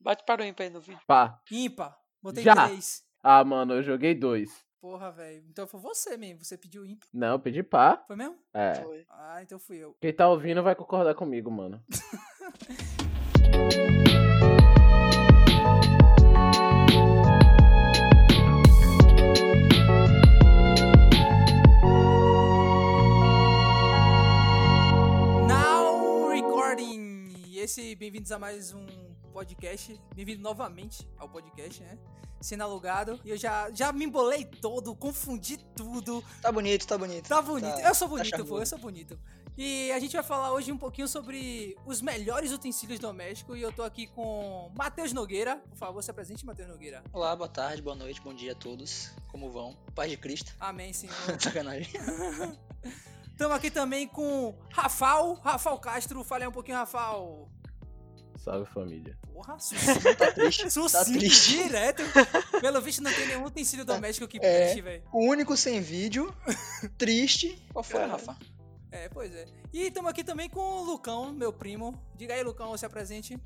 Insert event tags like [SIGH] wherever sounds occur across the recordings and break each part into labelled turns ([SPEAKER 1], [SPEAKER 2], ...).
[SPEAKER 1] Bate para o ímpar aí no vídeo.
[SPEAKER 2] Pá.
[SPEAKER 3] Ímpar. Botei
[SPEAKER 2] Já.
[SPEAKER 3] três.
[SPEAKER 2] Ah, mano, eu joguei dois.
[SPEAKER 3] Porra, velho. Então foi você mesmo. Você pediu ímpar.
[SPEAKER 2] Não, eu pedi pá.
[SPEAKER 3] Foi mesmo?
[SPEAKER 2] É.
[SPEAKER 1] Foi.
[SPEAKER 3] Ah, então fui eu.
[SPEAKER 2] Quem tá ouvindo vai concordar comigo, mano.
[SPEAKER 3] Now recording! E Esse, bem-vindos a mais um podcast. Bem-vindo novamente ao podcast, né? Sendo alugado. E eu já, já me embolei todo, confundi tudo.
[SPEAKER 1] Tá bonito, tá bonito.
[SPEAKER 3] Tá bonito. eu sou bonito, pô,
[SPEAKER 1] charmoso.
[SPEAKER 3] eu sou bonito. E a gente vai falar hoje um pouquinho sobre os melhores utensílios domésticos. E eu tô aqui com Matheus Nogueira. Por favor, se apresente, Matheus Nogueira.
[SPEAKER 1] Olá, boa tarde, boa noite, bom dia a todos. Como vão? Paz de Cristo. [LAUGHS]
[SPEAKER 3] Amém, senhor.
[SPEAKER 1] Sacanagem.
[SPEAKER 3] Estamos aqui também com Rafael, Rafael Castro. Fala aí um pouquinho, Rafael.
[SPEAKER 2] Salve, família.
[SPEAKER 3] Porra,
[SPEAKER 1] [LAUGHS] Tá triste. Tá
[SPEAKER 3] sucinto,
[SPEAKER 1] triste.
[SPEAKER 3] direto. Pelo visto, não tem nenhum utensílio doméstico que
[SPEAKER 1] É.
[SPEAKER 3] preste, velho.
[SPEAKER 1] O único sem vídeo. Triste. Qual foi,
[SPEAKER 2] Cara.
[SPEAKER 1] Rafa?
[SPEAKER 3] É, pois é. E estamos aqui também com o Lucão, meu primo. Diga aí, Lucão, se apresente.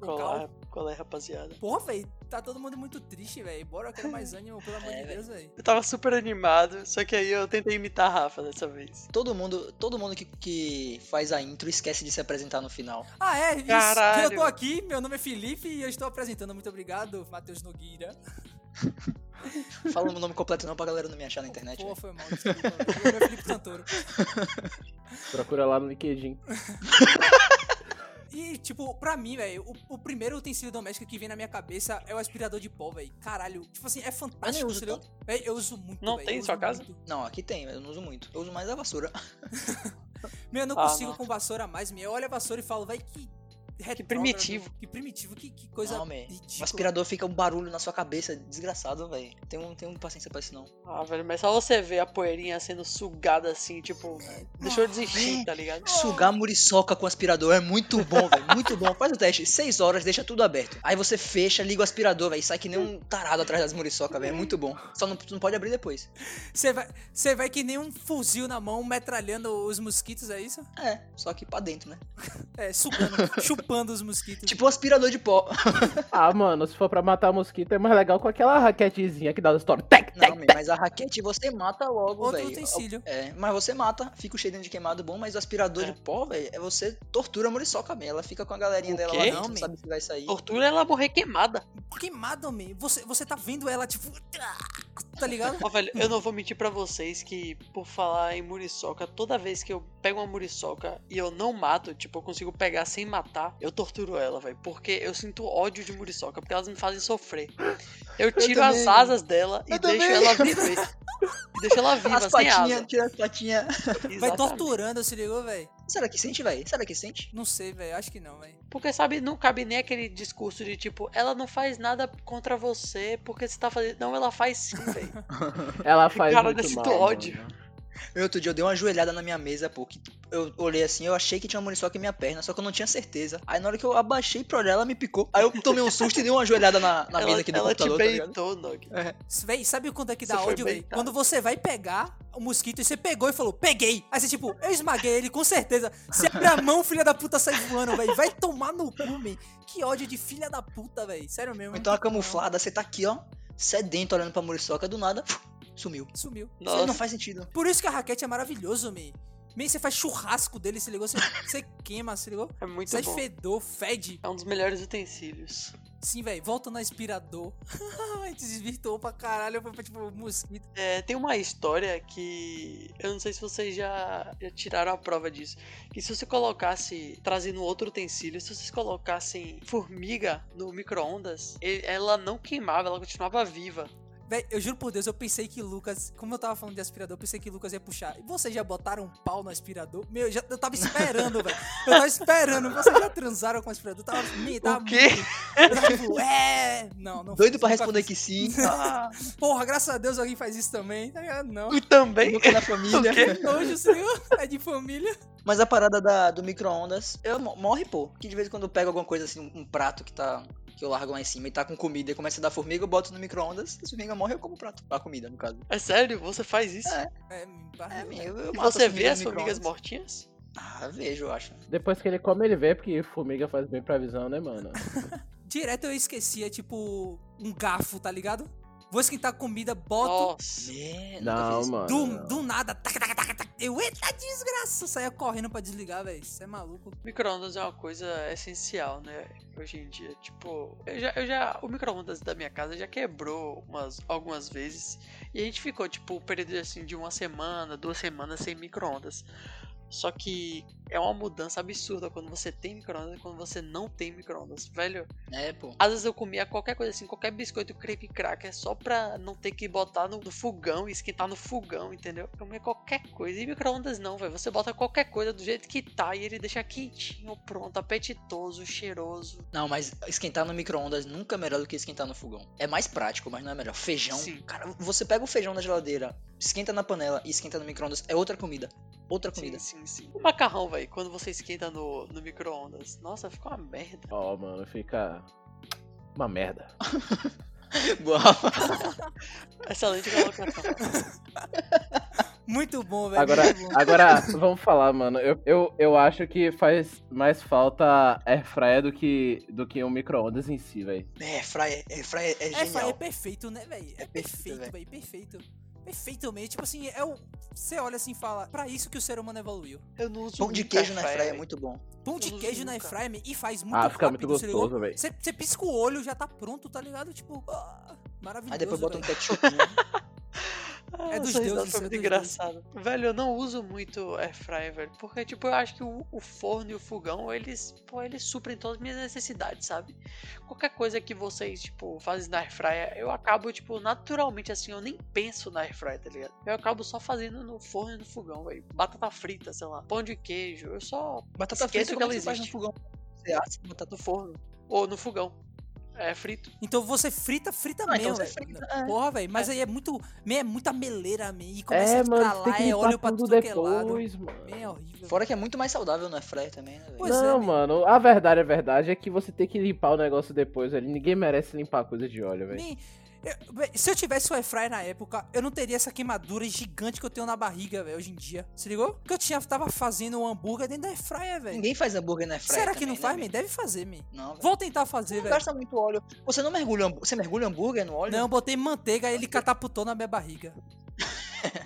[SPEAKER 3] Lucão.
[SPEAKER 4] qual é, rapaziada?
[SPEAKER 3] Porra, velho, tá todo mundo muito triste, velho. Bora, eu quero mais ânimo, pelo amor
[SPEAKER 1] É,
[SPEAKER 3] de Deus, velho.
[SPEAKER 4] Eu tava super animado, só que aí eu tentei imitar a Rafa dessa vez.
[SPEAKER 1] Todo mundo, todo mundo que, que faz a intro esquece de se apresentar no final.
[SPEAKER 3] Ah, é, isso.
[SPEAKER 4] Caralho.
[SPEAKER 3] Eu tô aqui, meu nome é Felipe e eu estou apresentando. Muito obrigado, Matheus Nogueira.
[SPEAKER 1] Fala o nome completo não pra galera não me achar na internet.
[SPEAKER 3] Pô, foi mal, desculpa. Meu nome é Felipe Santoro.
[SPEAKER 2] Procura lá no LinkedIn.
[SPEAKER 3] E, tipo, pra mim, velho, o, o primeiro utensílio doméstico que vem na minha cabeça é o aspirador de pó, velho. Caralho, tipo assim, é fantástico.
[SPEAKER 1] uso
[SPEAKER 3] entendeu? Véi, eu uso muito,
[SPEAKER 4] Não
[SPEAKER 3] véi,
[SPEAKER 4] tem
[SPEAKER 3] eu
[SPEAKER 4] em
[SPEAKER 3] uso
[SPEAKER 4] sua casa?
[SPEAKER 3] muito.
[SPEAKER 1] Não, aqui tem, mas eu não uso muito. Eu uso mais a vassoura.
[SPEAKER 3] Meu, eu não
[SPEAKER 4] Ah,
[SPEAKER 3] consigo
[SPEAKER 4] não.
[SPEAKER 3] com vassoura mais, meu. Eu olho a vassoura e falo, vai que... retrógrado,
[SPEAKER 4] primitivo.
[SPEAKER 3] Que primitivo, que, que coisa
[SPEAKER 1] não, man. O
[SPEAKER 3] ridícula.
[SPEAKER 1] aspirador fica um barulho na sua cabeça, desgraçado, velho. Tem um, tem um paciência pra isso não.
[SPEAKER 4] Ah, velho, mas só você ver a poeirinha sendo sugada assim, tipo, deixou eu desistir, tá ligado?
[SPEAKER 1] Sugar muriçoca com aspirador é muito bom, velho. Muito bom. Faz o teste. Seis horas, deixa tudo aberto. Aí você fecha, liga o aspirador, velho. e Sai que nem um tarado atrás das muriçocas, velho. É muito bom. Só não, não pode abrir depois.
[SPEAKER 3] Você vai, você vai que nem um fuzil na mão, metralhando os mosquitos, é isso?
[SPEAKER 1] É, só que pra dentro, né?
[SPEAKER 3] É, sugando, [LAUGHS] chupando os mosquitos.
[SPEAKER 1] Tipo um aspirador de pó.
[SPEAKER 2] Ah, mano, se for pra matar mosquito é mais legal com aquela raquetezinha que dá o story. Tec,
[SPEAKER 1] Não,
[SPEAKER 2] tec,
[SPEAKER 1] man,
[SPEAKER 2] tec.
[SPEAKER 1] mas a raquete você mata logo,
[SPEAKER 3] Outro
[SPEAKER 1] velho.
[SPEAKER 3] utensílio.
[SPEAKER 1] É, mas você mata, fica o cheirinho de queimado bom, mas o aspirador
[SPEAKER 4] É.
[SPEAKER 1] de pó, velho, é você tortura a muriçoca, man. Ela fica com a galerinha
[SPEAKER 4] O
[SPEAKER 1] dela
[SPEAKER 4] quê?
[SPEAKER 1] lá dentro,
[SPEAKER 3] Não,
[SPEAKER 1] não
[SPEAKER 3] man.
[SPEAKER 1] sabe se vai sair.
[SPEAKER 4] Tortura é ela morrer queimada.
[SPEAKER 3] Queimado, man. Você, você tá vendo ela, tipo... [LAUGHS] ah, Tá ligado?
[SPEAKER 4] Ó, velho, eu não vou mentir pra vocês que, por falar em muriçoca, toda vez que eu pego uma muriçoca e eu não mato, tipo, eu consigo pegar sem matar, eu torturo ela, velho. Porque eu sinto ódio de muriçoca, porque elas me fazem sofrer. Eu tiro as
[SPEAKER 1] também.
[SPEAKER 4] asas dela e
[SPEAKER 1] Eu
[SPEAKER 4] deixo
[SPEAKER 1] também.
[SPEAKER 4] ela viver. deixo ela viva,
[SPEAKER 1] As
[SPEAKER 4] sem asa.
[SPEAKER 1] patinhas, tira as patinhas.
[SPEAKER 3] Vai
[SPEAKER 4] Exatamente.
[SPEAKER 3] torturando, se ligou, velho?
[SPEAKER 1] Será que sente, velho? Será que sente?
[SPEAKER 3] Não sei, velho. Acho que não, velho.
[SPEAKER 4] Porque, sabe, não cabe nem aquele discurso de tipo, ela não faz nada contra você porque você tá fazendo. Não, ela faz sim, velho.
[SPEAKER 2] Ela faz
[SPEAKER 4] Cara,
[SPEAKER 2] muito
[SPEAKER 4] desse
[SPEAKER 2] mal,
[SPEAKER 4] teu
[SPEAKER 2] mano.
[SPEAKER 4] ódio.
[SPEAKER 1] Meu, outro dia eu dei uma joelhada na minha mesa, pô, que eu olhei assim, eu achei que tinha uma muriçoca em minha perna, só que eu não tinha certeza. Aí na hora que eu abaixei pra olhar, ela me picou. Aí eu tomei um susto e dei uma joelhada [LAUGHS] na, na
[SPEAKER 4] ela
[SPEAKER 1] mesa aqui do
[SPEAKER 4] ela
[SPEAKER 1] computador,
[SPEAKER 4] te
[SPEAKER 1] tá ligado?
[SPEAKER 4] peitou, Nog.
[SPEAKER 3] Véi, sabe quando é que dá
[SPEAKER 4] Você foi
[SPEAKER 3] ódio, véi?
[SPEAKER 4] beitado.
[SPEAKER 3] Quando você vai pegar o mosquito e você pegou e falou, peguei. Aí você, tipo, eu esmaguei ele, com certeza. Você abre a mão, filha da puta, sai voando, véi. Vai tomar no cu, man. Que ódio de filha da puta, véi. Sério mesmo.
[SPEAKER 1] Ou Então a camuflada, você tá aqui, ó, sedento olhando pra muriçoca, do nada, sumiu.
[SPEAKER 3] Sumiu.
[SPEAKER 1] Isso aí não
[SPEAKER 4] Nossa,
[SPEAKER 1] faz sentido.
[SPEAKER 3] Por isso que a raquete é maravilhoso, man. Man, você faz churrasco dele, se ligou? Você, você queima, se ligou?
[SPEAKER 4] é muito
[SPEAKER 3] Sai
[SPEAKER 4] bom.
[SPEAKER 3] fedor, fede.
[SPEAKER 4] É um dos melhores utensílios.
[SPEAKER 3] Sim, véi. Volta no aspirador. [LAUGHS] Ai, Desvirtuou pra caralho. Foi pra, tipo, mosquito.
[SPEAKER 4] É, tem uma história que. Eu não sei se vocês já, já tiraram a prova disso. Que se você colocasse. Trazendo outro utensílio, se vocês colocassem formiga no micro-ondas, e- ela não queimava, ela continuava viva.
[SPEAKER 3] Véi, eu juro por Deus, eu pensei que Lucas, como eu tava falando de aspirador, eu pensei que Lucas ia puxar. E vocês já botaram um pau no aspirador? Meu, já, eu tava esperando, velho. Eu tava esperando. Vocês já transaram com o aspirador? Eu Tava, me, tava
[SPEAKER 4] o quê?
[SPEAKER 3] muito- eu tava, tipo, é. Não, não.
[SPEAKER 1] Doido pra
[SPEAKER 3] nunca
[SPEAKER 1] responder
[SPEAKER 3] fiz.
[SPEAKER 1] que sim.
[SPEAKER 4] [LAUGHS] Ah,
[SPEAKER 3] Porra, graças a Deus alguém faz isso também. Tá ligado? Não.
[SPEAKER 4] e também.
[SPEAKER 1] Nunca na
[SPEAKER 4] O quê?
[SPEAKER 1] família.
[SPEAKER 3] Nojo, [LAUGHS] senhor. É de família.
[SPEAKER 1] Mas a parada da- do micro-ondas, eu mo- morre, pô. Que de vez em quando eu pego alguma coisa assim, um prato que tá. Que eu largo lá em cima e tá com comida e começa a dar formiga, eu boto no micro-ondas, a formiga morre, eu como o prato. A comida, no caso.
[SPEAKER 4] [LAUGHS] É sério? Você faz isso?
[SPEAKER 1] É,
[SPEAKER 3] É, me
[SPEAKER 1] É,
[SPEAKER 3] barreu.
[SPEAKER 1] man, eu, eu
[SPEAKER 4] E
[SPEAKER 1] mato
[SPEAKER 4] você vê
[SPEAKER 1] a formiga
[SPEAKER 4] as
[SPEAKER 1] no
[SPEAKER 4] formigas
[SPEAKER 1] micro-ondas.
[SPEAKER 4] mortinhas?
[SPEAKER 1] Ah, vejo, eu acho.
[SPEAKER 2] Depois que ele come, ele vê, porque formiga faz bem pra visão, né, mano?
[SPEAKER 3] Direto eu esquecia, tipo, um garfo, tá ligado? Vou esquentar comida, boto.
[SPEAKER 4] Nossa.
[SPEAKER 1] Né? Nunca fiz
[SPEAKER 2] Não,
[SPEAKER 1] isso.
[SPEAKER 2] mano.
[SPEAKER 3] Do,
[SPEAKER 2] não.
[SPEAKER 3] do nada, tac, tac, tac, tac. Eu, eita desgraça, saía correndo pra desligar, velho. Isso é maluco.
[SPEAKER 4] Micro-ondas é uma coisa essencial, né? Hoje em dia. Tipo, eu já. Eu já o micro-ondas da minha casa já quebrou umas, algumas vezes. E a gente ficou, tipo, um período assim de uma semana, duas semanas sem micro-ondas. Só que é uma mudança absurda quando você tem micro-ondas e quando você não tem micro-ondas. Velho,
[SPEAKER 1] É, pô.
[SPEAKER 4] às vezes eu comia qualquer coisa assim, qualquer biscoito crepe cracker é só pra não ter que botar no, no fogão e esquentar no fogão, entendeu? Eu comia qualquer coisa. E micro-ondas não, velho. Você bota qualquer coisa do jeito que tá e ele deixa quentinho, pronto, apetitoso, cheiroso.
[SPEAKER 1] Não, mas esquentar no micro-ondas nunca é melhor do que esquentar no fogão. É mais prático, mas não é melhor. Feijão,
[SPEAKER 4] Sim.
[SPEAKER 1] cara, você pega o feijão da geladeira, esquenta na panela e esquenta no micro-ondas, é outra comida. Outra comida.
[SPEAKER 4] Sim, sim, sim. O macarrão, velho, quando você esquenta no, no micro-ondas. Nossa, ficou uma merda.
[SPEAKER 2] Ó, mano, fica. Uma merda.
[SPEAKER 1] [LAUGHS] Boa.
[SPEAKER 4] Excelente colocação.
[SPEAKER 3] Muito bom, velho.
[SPEAKER 2] Agora, ah,
[SPEAKER 3] muito bom.
[SPEAKER 2] agora vamos falar, mano. Eu, eu, eu acho que faz mais falta airfryer do que, do que um micro-ondas em si, velho.
[SPEAKER 1] é, fraia, é, fraia é
[SPEAKER 3] É, fa- é
[SPEAKER 1] genial.
[SPEAKER 3] perfeito, né, velho? É,
[SPEAKER 1] É perfeito,
[SPEAKER 3] perfeito,
[SPEAKER 1] velho.
[SPEAKER 3] velho. Perfeito. Perfeitamente. Tipo assim, é o. Você olha assim e fala, pra isso que o ser humano evoluiu.
[SPEAKER 4] Eu não uso
[SPEAKER 1] Pão de
[SPEAKER 4] nunca
[SPEAKER 1] queijo na
[SPEAKER 4] airfryer,
[SPEAKER 1] fraia é
[SPEAKER 4] véi.
[SPEAKER 1] muito bom.
[SPEAKER 3] Pão de
[SPEAKER 4] Eu não
[SPEAKER 3] queijo
[SPEAKER 4] uso
[SPEAKER 3] na
[SPEAKER 4] nunca.
[SPEAKER 3] airfryer e faz muito
[SPEAKER 2] Ah, fica muito
[SPEAKER 3] rápido, você ligou?
[SPEAKER 2] gostoso, velho.
[SPEAKER 3] Você, você pisca o olho, já tá pronto, tá ligado? Tipo, ah, maravilhoso.
[SPEAKER 1] Aí depois bota um
[SPEAKER 3] velho.
[SPEAKER 1] ketchup.
[SPEAKER 4] Ah,
[SPEAKER 3] É dos
[SPEAKER 4] essa risada
[SPEAKER 3] deuses,
[SPEAKER 4] foi
[SPEAKER 3] é
[SPEAKER 4] muito
[SPEAKER 3] dos
[SPEAKER 4] engraçado. Velho, eu não uso muito airfryer, velho. Porque, tipo, eu acho que o, o forno e o fogão, eles, pô, eles suprem todas as minhas necessidades, sabe? Qualquer coisa que vocês, tipo, fazem na airfryer, eu acabo, tipo, naturalmente, assim, eu nem penso na airfryer, tá ligado? Eu acabo só fazendo no forno e no fogão, velho. Batata frita, sei lá, pão de queijo, eu só
[SPEAKER 1] [LAUGHS] Batata
[SPEAKER 4] Esquenta
[SPEAKER 1] frita
[SPEAKER 4] que
[SPEAKER 1] como é
[SPEAKER 4] ela
[SPEAKER 1] você faz no
[SPEAKER 4] existe.
[SPEAKER 1] fogão. Você assa a batata
[SPEAKER 4] no forno ou no fogão. É frito.
[SPEAKER 3] Então você frita, frita
[SPEAKER 1] Ah, então
[SPEAKER 3] mesmo,
[SPEAKER 1] você
[SPEAKER 3] velho.
[SPEAKER 1] frita, é.
[SPEAKER 3] Porra, velho. Mas aí é muito. man, É muita meleira, man. E começa
[SPEAKER 2] É, mano,
[SPEAKER 3] a
[SPEAKER 2] você tem
[SPEAKER 3] estralar,
[SPEAKER 2] que
[SPEAKER 3] é óleo
[SPEAKER 2] limpar
[SPEAKER 3] pra
[SPEAKER 2] tudo
[SPEAKER 3] tudo que é lado.
[SPEAKER 2] depois, mano.
[SPEAKER 3] Man, é horrível.
[SPEAKER 1] Fora que é muito mais saudável no airfryer também, né, velho?
[SPEAKER 3] Pois é,
[SPEAKER 2] não,
[SPEAKER 3] né?
[SPEAKER 2] mano, a verdade, a verdade é que você tem que limpar o negócio depois ali. Ninguém merece limpar coisa de óleo, velho.
[SPEAKER 3] Man, eu- véi, se eu tivesse o airfryer na época, eu não teria essa queimadura gigante que eu tenho na barriga, velho, hoje em dia. Se ligou? Porque eu tinha, tava fazendo um hambúrguer dentro da airfryer, velho.
[SPEAKER 1] Ninguém faz hambúrguer na airfryer
[SPEAKER 3] Será que não
[SPEAKER 1] também,
[SPEAKER 3] faz,
[SPEAKER 1] né,
[SPEAKER 3] man? Deve fazer, man.
[SPEAKER 1] velho? Não, velho.
[SPEAKER 3] Vou tentar fazer,
[SPEAKER 1] Não
[SPEAKER 3] velho.
[SPEAKER 1] gasta muito óleo. Você não mergulha, hambú- você mergulha hambúrguer no óleo?
[SPEAKER 3] Não, eu botei manteiga e ele catapultou na minha barriga.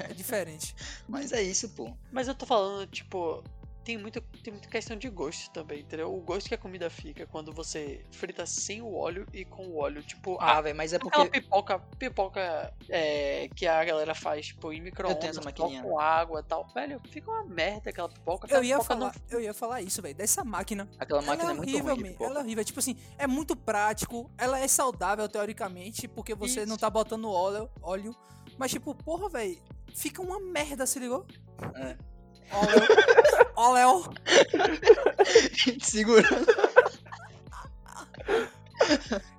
[SPEAKER 3] É
[SPEAKER 1] [LAUGHS]
[SPEAKER 3] diferente.
[SPEAKER 1] Mas é isso, pô.
[SPEAKER 4] Mas eu tô falando, tipo, tem muito, tem muita questão de gosto também, entendeu? O gosto que a comida fica quando você frita sem o óleo e com o óleo. Tipo,
[SPEAKER 1] Ah,
[SPEAKER 4] ah,
[SPEAKER 1] velho, mas é
[SPEAKER 4] aquela
[SPEAKER 1] porque.
[SPEAKER 4] pipoca, pipoca é, que a galera faz, tipo, em
[SPEAKER 1] tenho
[SPEAKER 4] micro-ondas,
[SPEAKER 1] essa
[SPEAKER 4] só
[SPEAKER 1] maquininha.
[SPEAKER 4] com água e tal. Velho, fica uma merda aquela pipoca.
[SPEAKER 3] Eu
[SPEAKER 4] aquela
[SPEAKER 3] ia
[SPEAKER 4] pipoca Não...
[SPEAKER 3] falar, eu ia falar isso, velho. Dessa máquina.
[SPEAKER 1] Aquela
[SPEAKER 3] Ela é
[SPEAKER 1] máquina é muito
[SPEAKER 3] horrível,
[SPEAKER 1] ruim. de
[SPEAKER 3] man.
[SPEAKER 1] pipoca. [LAUGHS]
[SPEAKER 3] Ela é horrível. Tipo assim, é muito prático. Ela é saudável, teoricamente, porque você não
[SPEAKER 4] Isso.
[SPEAKER 3] tá botando óleo. óleo mas, tipo, porra, velho. Fica uma merda, se ligou?
[SPEAKER 1] É.
[SPEAKER 3] Óleo.
[SPEAKER 1] [LAUGHS]
[SPEAKER 3] óleo.
[SPEAKER 1] Segurando.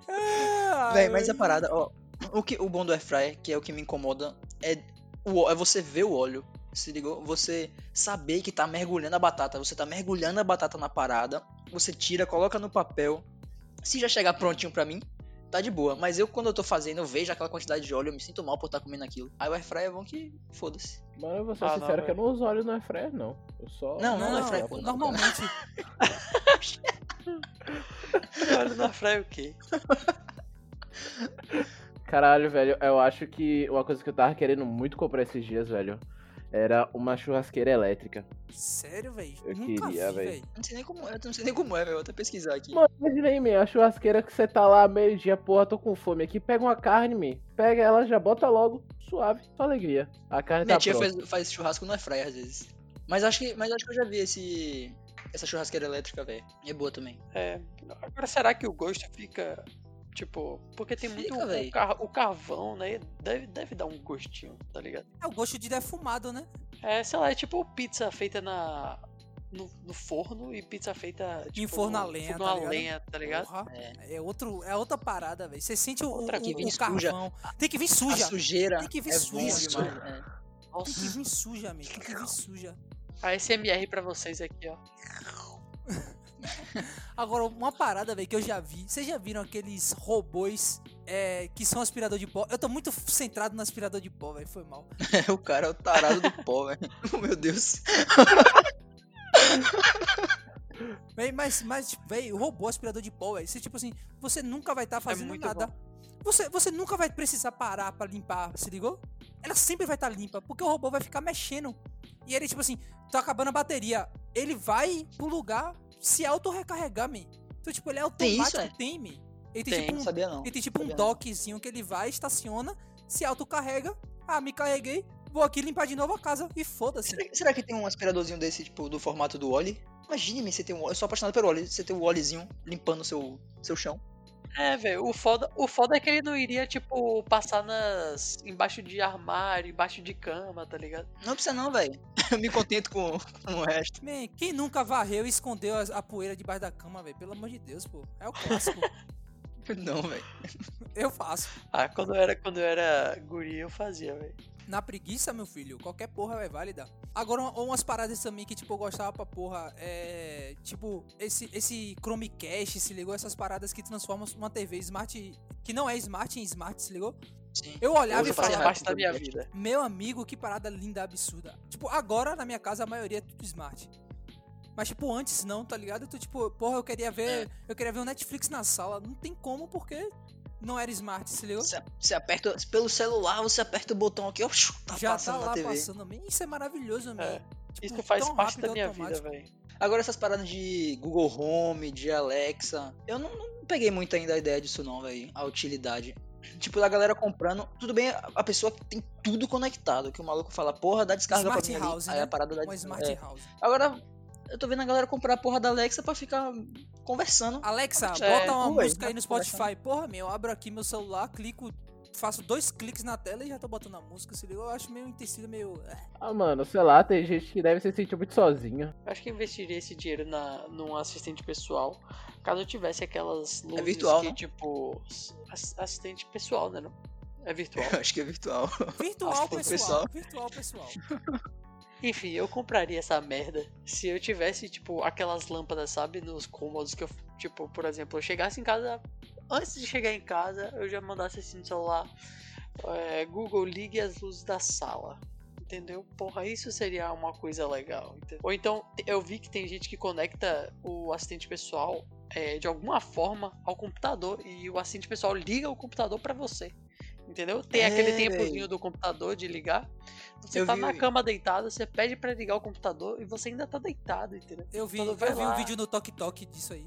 [SPEAKER 3] Ah,
[SPEAKER 1] Véi, mas é a parada, ó. O, que, o bom do airfryer, que é o que me incomoda, é, o, ó- é você ver o óleo. Se ligou? Você saber que tá mergulhando a batata. Você tá mergulhando a batata na parada. Você tira, coloca no papel. Se já chegar prontinho pra mim, tá de boa. Mas eu, quando eu tô fazendo, eu vejo aquela quantidade de óleo, eu me sinto mal por estar comendo aquilo. Aí o airfryer é bom que foda-se.
[SPEAKER 2] Mano, eu vou ser
[SPEAKER 4] Ah, não,
[SPEAKER 2] sincero que eu
[SPEAKER 4] velho.
[SPEAKER 2] não uso óleo no airfryer, não. Eu só...
[SPEAKER 3] Não,
[SPEAKER 1] Não, não,
[SPEAKER 3] não,
[SPEAKER 1] é fraco, não.
[SPEAKER 3] normalmente.
[SPEAKER 4] Óleo na fraia o quê?
[SPEAKER 2] Caralho, velho, eu acho que uma coisa que eu tava querendo muito comprar esses dias, velho, era uma churrasqueira elétrica.
[SPEAKER 3] Sério, velho.
[SPEAKER 2] Eu
[SPEAKER 3] Nunca
[SPEAKER 2] queria,
[SPEAKER 3] vi,
[SPEAKER 2] véi.
[SPEAKER 3] velho.
[SPEAKER 1] Eu não sei nem como é, eu não sei nem como é, velho. Vou até pesquisar aqui.
[SPEAKER 2] Mano, imagina aí, meu, a churrasqueira que você tá lá meio-dia, porra, tô com fome aqui, pega uma carne, meu, pega ela, já bota logo, suave, só alegria. A carne
[SPEAKER 1] Minha
[SPEAKER 2] tá
[SPEAKER 1] tia
[SPEAKER 2] pronta.
[SPEAKER 1] faz, faz churrasco no airfryer às vezes. Mas acho que, mas acho que eu já vi esse essa churrasqueira elétrica, velho. É boa também.
[SPEAKER 4] É, agora será que o gosto fica. Tipo, porque tem muito
[SPEAKER 1] Fica,
[SPEAKER 4] o
[SPEAKER 1] véi.
[SPEAKER 4] car- o carvão, né? Deve, deve dar um gostinho, tá ligado?
[SPEAKER 3] É o gosto de defumado, né?
[SPEAKER 1] Tá
[SPEAKER 4] É, sei lá, é tipo pizza feita na. No, no forno e pizza feita tipo,
[SPEAKER 3] forno a
[SPEAKER 4] no-
[SPEAKER 3] lenha,
[SPEAKER 4] forno
[SPEAKER 3] tá
[SPEAKER 4] a
[SPEAKER 3] ligado?
[SPEAKER 4] lenha, tá ligado?
[SPEAKER 3] Porra.
[SPEAKER 1] É.
[SPEAKER 3] É, outro, é outra parada, velho. Você sente o, o,
[SPEAKER 4] Outra que
[SPEAKER 3] o-
[SPEAKER 1] vem
[SPEAKER 3] o
[SPEAKER 1] suja.
[SPEAKER 3] carvão. Tem que vir
[SPEAKER 1] A
[SPEAKER 3] suja.
[SPEAKER 1] sujeira
[SPEAKER 3] Tem que vir
[SPEAKER 1] é
[SPEAKER 3] suja.
[SPEAKER 1] bom demais. né?
[SPEAKER 3] Tem que
[SPEAKER 4] Nossa,
[SPEAKER 3] vir suja, meu. Tem que vir suja.
[SPEAKER 4] a SMR pra vocês aqui, ó.
[SPEAKER 3] Agora, uma parada, velho, que eu já vi. Vocês já viram aqueles robôs é, que são aspirador de pó? Eu tô muito centrado no aspirador de pó, velho. Foi mal.
[SPEAKER 1] o cara [LAUGHS] é [LAUGHS] o tarado do pó, velho. Meu Deus.
[SPEAKER 3] Véi, mas, mas tipo, véi, robô aspirador de pó, véi. Você, tipo assim, você nunca vai estar fazendo
[SPEAKER 4] muito
[SPEAKER 3] nada. Você, você nunca vai precisar parar pra limpar, se ligou? Ela sempre vai estar limpa, porque o robô vai ficar mexendo. E ele, tipo assim, tá acabando a bateria. Ele vai pro lugar se autorrecarregar, man. Então, tipo, ele é
[SPEAKER 1] Tem isso,
[SPEAKER 3] automático, tem,
[SPEAKER 1] é?
[SPEAKER 3] man. Ele tem,
[SPEAKER 4] Tem.
[SPEAKER 3] tipo, um
[SPEAKER 1] Não sabia não.
[SPEAKER 3] ele tem tipo um
[SPEAKER 1] Sabia não.
[SPEAKER 3] dockzinho que ele vai, estaciona, se autocarrega. Ah, me carreguei, vou aqui limpar de novo a casa e
[SPEAKER 1] [LAUGHS]
[SPEAKER 3] foda-se.
[SPEAKER 1] Será que- Será que tem um aspiradorzinho desse, tipo, do formato do Oli? Imagine, você tem um. Eu sou apaixonado pelo Oli. Você tem o Olizinho limpando seu, seu chão.
[SPEAKER 4] É, velho, o foda, o foda é que ele não iria, tipo, passar nas. embaixo de armário, embaixo de cama, tá ligado?
[SPEAKER 1] Não precisa não, velho. [LAUGHS] Eu me contento com, com o resto.
[SPEAKER 3] Man, quem nunca varreu e escondeu as- a, poeira debaixo da cama, velho? Pelo amor de Deus, pô. É o clássico.
[SPEAKER 1] Não, velho.
[SPEAKER 3] eu faço.
[SPEAKER 4] Ah, quando eu era, quando eu era guri, eu fazia, velho.
[SPEAKER 3] Na preguiça, meu filho, qualquer porra é válida. Agora, um- umas paradas também que, tipo, eu gostava pra porra. É. Tipo, esse, esse Chromecast, se ligou? Essas paradas que transformam uma TV smart. Que não é smart em smart, se ligou?
[SPEAKER 1] Sim.
[SPEAKER 3] Eu olhava
[SPEAKER 4] Hoje
[SPEAKER 3] e
[SPEAKER 1] faz
[SPEAKER 4] faz
[SPEAKER 3] falava.
[SPEAKER 1] errado
[SPEAKER 4] parte
[SPEAKER 1] com
[SPEAKER 4] da
[SPEAKER 1] todo
[SPEAKER 4] minha
[SPEAKER 1] mundo.
[SPEAKER 4] vida.
[SPEAKER 3] Meu amigo, que parada linda, absurda. Tipo, agora na minha casa a maioria é tudo smart. Mas, tipo, antes não, tá ligado? Eu tô tipo, porra, eu queria ver.
[SPEAKER 1] É.
[SPEAKER 3] Eu queria ver o Netflix na sala. Não tem como, porque não era smart, se ligou?
[SPEAKER 1] Você, você aperta. Pelo celular, você aperta o botão aqui, ó. shoo, Tá
[SPEAKER 3] Já tá
[SPEAKER 1] passando na
[SPEAKER 3] lá
[SPEAKER 1] TV.
[SPEAKER 3] passando. man, Isso é maravilhoso, man.
[SPEAKER 4] É.
[SPEAKER 3] Tipo,
[SPEAKER 4] Isso faz
[SPEAKER 3] tão
[SPEAKER 4] parte
[SPEAKER 3] rápido
[SPEAKER 4] da
[SPEAKER 3] e
[SPEAKER 4] minha
[SPEAKER 3] automático.
[SPEAKER 4] vida, velho.
[SPEAKER 1] Agora essas paradas de Google Home, de Alexa, eu não, não peguei muito ainda a ideia disso não, velho. A utilidade. Tipo, a galera comprando, tudo bem, a a pessoa tem tudo conectado, que o maluco fala, porra, dá descarga
[SPEAKER 3] Smart
[SPEAKER 1] pra mim ali.
[SPEAKER 3] house,
[SPEAKER 1] Aí
[SPEAKER 3] né?
[SPEAKER 1] a parada dá
[SPEAKER 3] Uma
[SPEAKER 1] descarga.
[SPEAKER 3] smart
[SPEAKER 1] é.
[SPEAKER 3] house.
[SPEAKER 1] Agora, eu tô vendo a galera comprar a porra da Alexa pra ficar conversando.
[SPEAKER 3] Alexa,
[SPEAKER 4] É,
[SPEAKER 3] bota uma
[SPEAKER 1] ué,
[SPEAKER 3] música aí
[SPEAKER 1] tá
[SPEAKER 3] no Spotify. Porra, meu, eu abro aqui meu celular, clico. Faço dois cliques na tela e já tô botando a música, se ligou? Eu acho meio intestino, meio. é,
[SPEAKER 2] Ah, mano, sei lá, tem gente que deve se sentir muito sozinha.
[SPEAKER 4] Eu acho que eu investiria esse dinheiro na, num assistente pessoal. Caso eu tivesse aquelas luzes
[SPEAKER 1] virtual,
[SPEAKER 4] que,
[SPEAKER 1] né?
[SPEAKER 4] tipo. ass- Assistente pessoal, né? Não? É virtual.
[SPEAKER 1] Eu [LAUGHS] acho que é virtual.
[SPEAKER 3] Virtual
[SPEAKER 1] Acho que o
[SPEAKER 3] pessoal,
[SPEAKER 1] pessoal-
[SPEAKER 3] Virtual pessoal.
[SPEAKER 4] Enfim, eu compraria essa merda se eu tivesse, tipo, aquelas lâmpadas, sabe? Nos cômodos que eu, tipo, por exemplo, eu chegasse em casa. Antes de chegar em casa, eu já mandasse assim no celular: é, Google, ligue as luzes da sala. Entendeu? Porra, isso seria uma coisa legal. entendeu? Ou então, eu vi que tem gente que conecta o assistente pessoal é, de alguma forma ao computador e o assistente pessoal liga o computador pra você. Entendeu? Tem
[SPEAKER 1] É,
[SPEAKER 4] aquele
[SPEAKER 1] véi.
[SPEAKER 4] tempozinho do computador de ligar. Você
[SPEAKER 1] Eu
[SPEAKER 4] tá
[SPEAKER 1] vi-
[SPEAKER 4] na cama deitado, você pede pra ligar o computador e você ainda tá deitado, entendeu?
[SPEAKER 3] Eu vi,
[SPEAKER 4] Quando
[SPEAKER 3] eu
[SPEAKER 4] vai
[SPEAKER 3] vi um
[SPEAKER 4] lá-
[SPEAKER 3] vídeo no Tok Tok disso aí.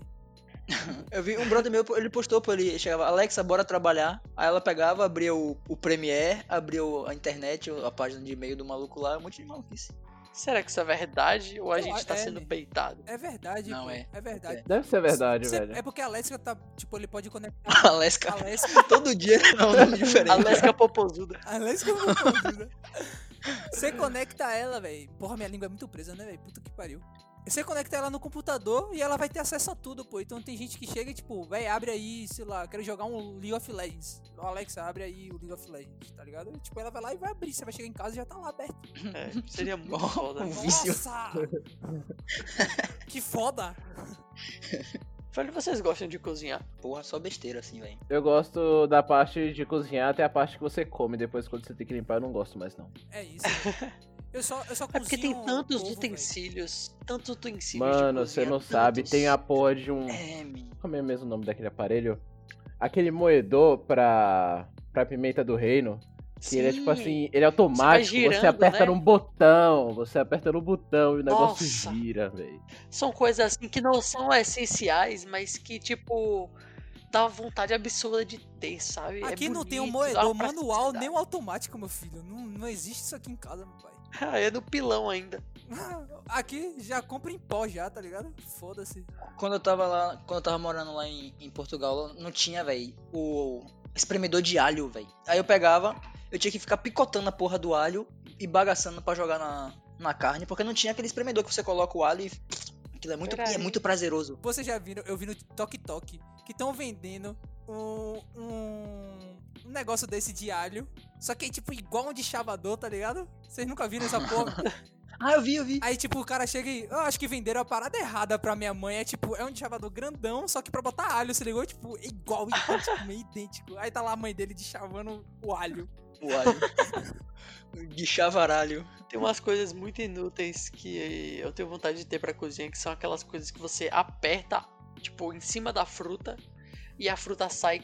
[SPEAKER 1] Eu vi um brother meu, ele postou, pô, ele chegava, Alexa, bora trabalhar. Aí ela pegava, abria o, o Premiere, abria o- a internet, a página de e-mail do maluco lá, um monte de maluquice. [LAUGHS]
[SPEAKER 4] Será que isso é verdade ou a
[SPEAKER 3] Eu
[SPEAKER 4] gente
[SPEAKER 3] acho-
[SPEAKER 4] tá
[SPEAKER 3] é,
[SPEAKER 4] sendo
[SPEAKER 3] né?
[SPEAKER 4] beitado?
[SPEAKER 3] É verdade,
[SPEAKER 1] Não
[SPEAKER 3] pô,
[SPEAKER 1] é.
[SPEAKER 3] É verdade.
[SPEAKER 2] Deve ser verdade,
[SPEAKER 3] Cê-
[SPEAKER 2] velho.
[SPEAKER 3] É porque a Alexa tá, tipo, ele pode conectar
[SPEAKER 4] [LAUGHS]
[SPEAKER 3] a
[SPEAKER 1] Alexa,
[SPEAKER 3] Alexa.
[SPEAKER 1] todo dia era um nome diferente.
[SPEAKER 4] Alesca
[SPEAKER 3] [LAUGHS]
[SPEAKER 4] Popozuda.
[SPEAKER 3] A Alexa que eu vou falar, né? Você conecta ela, velho. Porra, minha língua é muito presa, né, velho? Puta que pariu. Você conecta ela no computador e ela vai ter acesso a tudo, pô. Então tem gente que chega e, tipo, véi, abre aí, sei lá, quero jogar um League of Legends. Ó, Alexa, abre aí o League of Legends, tá ligado? E, tipo, ela vai lá e vai abrir. Você vai chegar em casa e já tá lá aberto.
[SPEAKER 4] [LAUGHS] É, seria muito
[SPEAKER 1] Bom,
[SPEAKER 4] foda.
[SPEAKER 1] um vício.
[SPEAKER 3] Nossa! que foda!
[SPEAKER 4] Velho, vocês gostam de cozinhar?
[SPEAKER 1] Porra, só besteira assim, velho.
[SPEAKER 2] Eu gosto da parte de cozinhar até a parte que você come. Depois, quando você tem que limpar, eu não gosto mais, não.
[SPEAKER 3] É isso. velho.
[SPEAKER 4] [LAUGHS]
[SPEAKER 3] Eu só, eu só
[SPEAKER 4] É porque tem
[SPEAKER 3] cozinho um
[SPEAKER 4] tantos
[SPEAKER 3] ovo, velho.
[SPEAKER 4] utensílios, tantos utensílios. de
[SPEAKER 2] Mano, você
[SPEAKER 4] cozinha,
[SPEAKER 2] não sabe.
[SPEAKER 4] tantos-
[SPEAKER 2] Tem a porra de um.
[SPEAKER 1] É, menino.
[SPEAKER 2] Como é mesmo o nome daquele aparelho? Aquele moedor pra. pra pimenta do reino. Que ele é tipo
[SPEAKER 4] Sim.
[SPEAKER 2] assim, ele é automático. Você,
[SPEAKER 4] Você vai girando,
[SPEAKER 2] aperta
[SPEAKER 4] né?
[SPEAKER 2] num botão, você aperta no botão e o negócio
[SPEAKER 4] Nossa.
[SPEAKER 2] gira, velho.
[SPEAKER 4] São coisas assim que não são essenciais, mas que, tipo, dá uma vontade absurda de ter, sabe? É
[SPEAKER 3] Aqui não tem um
[SPEAKER 4] bonito, dá
[SPEAKER 3] moedor
[SPEAKER 4] uma
[SPEAKER 3] manual nem
[SPEAKER 4] praticidade.
[SPEAKER 3] um automático, meu filho. Não, não existe isso aqui em casa, meu pai.
[SPEAKER 4] [LAUGHS]
[SPEAKER 3] [LAUGHS]
[SPEAKER 4] Ah, é do pilão ainda.
[SPEAKER 3] Aqui já compra em pó já, tá ligado? Foda-se.
[SPEAKER 1] Quando eu tava lá, quando eu tava morando lá em, em Portugal, não tinha, velho, o espremedor de alho, velho. Aí eu pegava, eu tinha que ficar picotando a porra do alho e bagaçando pra jogar na, na carne, porque não tinha aquele espremedor que você coloca o alho e aquilo é muito,
[SPEAKER 4] Peraí.
[SPEAKER 1] e é muito prazeroso.
[SPEAKER 3] Vocês já viram, eu vi no Tok Tok que estão vendendo um, um, um negócio desse de alho. Só que é tipo igual um de chavador, tá ligado? Vocês nunca viram essa porra?
[SPEAKER 1] Ah, eu vi, eu vi.
[SPEAKER 3] Aí, tipo, o cara chega e. Eu acho que venderam a parada errada pra minha mãe. É tipo, é um chavador grandão, só que pra botar alho, se ligou? Tipo, é igual, idêntico, meio idêntico. Aí tá lá a mãe dele deschavando o alho.
[SPEAKER 1] O alho. [LAUGHS] De chavaralho.
[SPEAKER 4] Tem umas coisas muito inúteis que eu tenho vontade de ter pra cozinha, que são aquelas coisas que você aperta, tipo, em cima da fruta e a fruta sai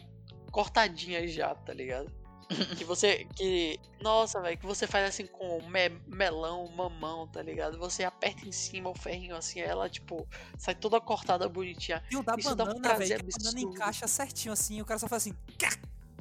[SPEAKER 4] cortadinha já, tá ligado? Que você. Que. Nossa, velho, que você faz assim com me- melão, mamão, tá ligado? Você aperta em cima o ferrinho assim, ela, tipo, sai toda cortada bonitinha.
[SPEAKER 3] E o da
[SPEAKER 4] Isso dá um
[SPEAKER 3] banana,
[SPEAKER 4] prazer
[SPEAKER 3] velho, que a banana
[SPEAKER 4] absurdo.
[SPEAKER 3] encaixa certinho assim, o cara só faz assim. "Cá!"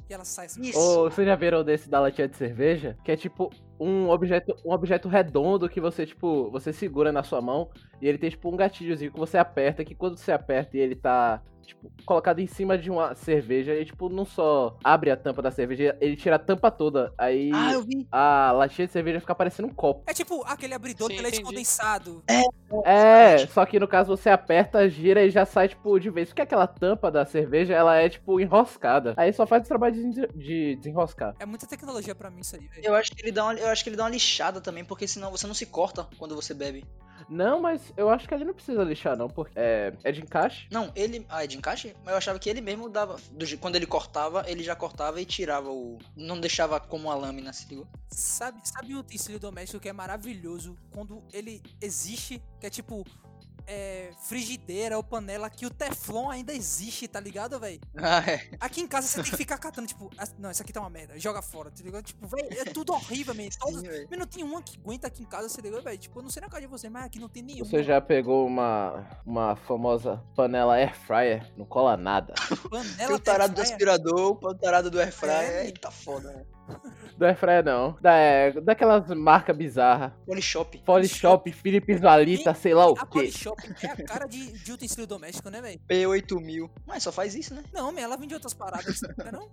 [SPEAKER 3] E ela sai assim.
[SPEAKER 4] Isso.
[SPEAKER 2] Ô, vocês já viram desse da latinha de cerveja? Que é tipo um objeto, um objeto redondo que você, tipo, você segura na sua mão e ele tem, tipo, um gatilhozinho que você aperta, que quando você aperta e ele tá, tipo, colocado em cima de uma cerveja, ele, tipo, não só abre a tampa da cerveja, ele tira a tampa toda. Aí
[SPEAKER 1] Ah, eu vi.
[SPEAKER 2] a latinha de cerveja fica parecendo um copo.
[SPEAKER 3] É tipo aquele abridor
[SPEAKER 4] Sim,
[SPEAKER 3] de leite
[SPEAKER 4] entendi.
[SPEAKER 3] condensado.
[SPEAKER 2] É, só que no caso você aperta, gira e já sai, tipo, de vez. Porque aquela tampa da cerveja, ela é, tipo, enroscada. Aí só faz o trabalho de des- de desenroscar.
[SPEAKER 3] É muita tecnologia pra mim isso aí, velho.
[SPEAKER 1] Eu acho, que ele dá uma, eu acho que ele dá uma lixada também, porque senão você não se corta quando você bebe.
[SPEAKER 2] Não, mas eu acho que ele não precisa lixar, não, porque é, é de encaixe.
[SPEAKER 1] Não, ele. Ah, é de encaixe? Mas eu achava que ele mesmo dava. do je- quando ele cortava, ele já cortava e tirava o. Não deixava como uma lâmina, se ligou? [LAUGHS]
[SPEAKER 3] Sabe, sabe um utensílio doméstico que é maravilhoso quando ele existe? Que é tipo. é, frigideira ou panela que o Teflon ainda existe, tá ligado, velho?
[SPEAKER 1] Ah, é.
[SPEAKER 3] Aqui em casa você tem que ficar catando, tipo, "Ah, não, isso aqui tá uma merda, joga fora, tá ligado? Tipo, velho, é tudo horrível, man. Todos...
[SPEAKER 1] Sim, velho.
[SPEAKER 3] Mas não tem uma que aguenta aqui em casa, você ligou, velho? Tipo, eu não sei na casa de você, mas aqui não tem nenhuma.
[SPEAKER 2] Você já pegou uma, uma famosa panela air fryer? Não cola nada.
[SPEAKER 1] Tem
[SPEAKER 3] Panela
[SPEAKER 1] o tarado do
[SPEAKER 3] Teflon, é.
[SPEAKER 1] aspirador, o tarado do airfryer,
[SPEAKER 3] É,
[SPEAKER 1] aí
[SPEAKER 3] menino.
[SPEAKER 1] tá foda, né?
[SPEAKER 2] Do air fryer, não. Da, é, daquelas marcas bizarras.
[SPEAKER 1] Polishop.
[SPEAKER 2] Polishop, Philips Valita, sei lá o
[SPEAKER 3] A
[SPEAKER 2] quê.
[SPEAKER 3] Polishop é a cara de, de utensílio doméstico, né, velho?
[SPEAKER 1] P8000. Mas só faz isso, né? [LAUGHS]
[SPEAKER 3] Não, minha, ela vende outras paradas, não é não?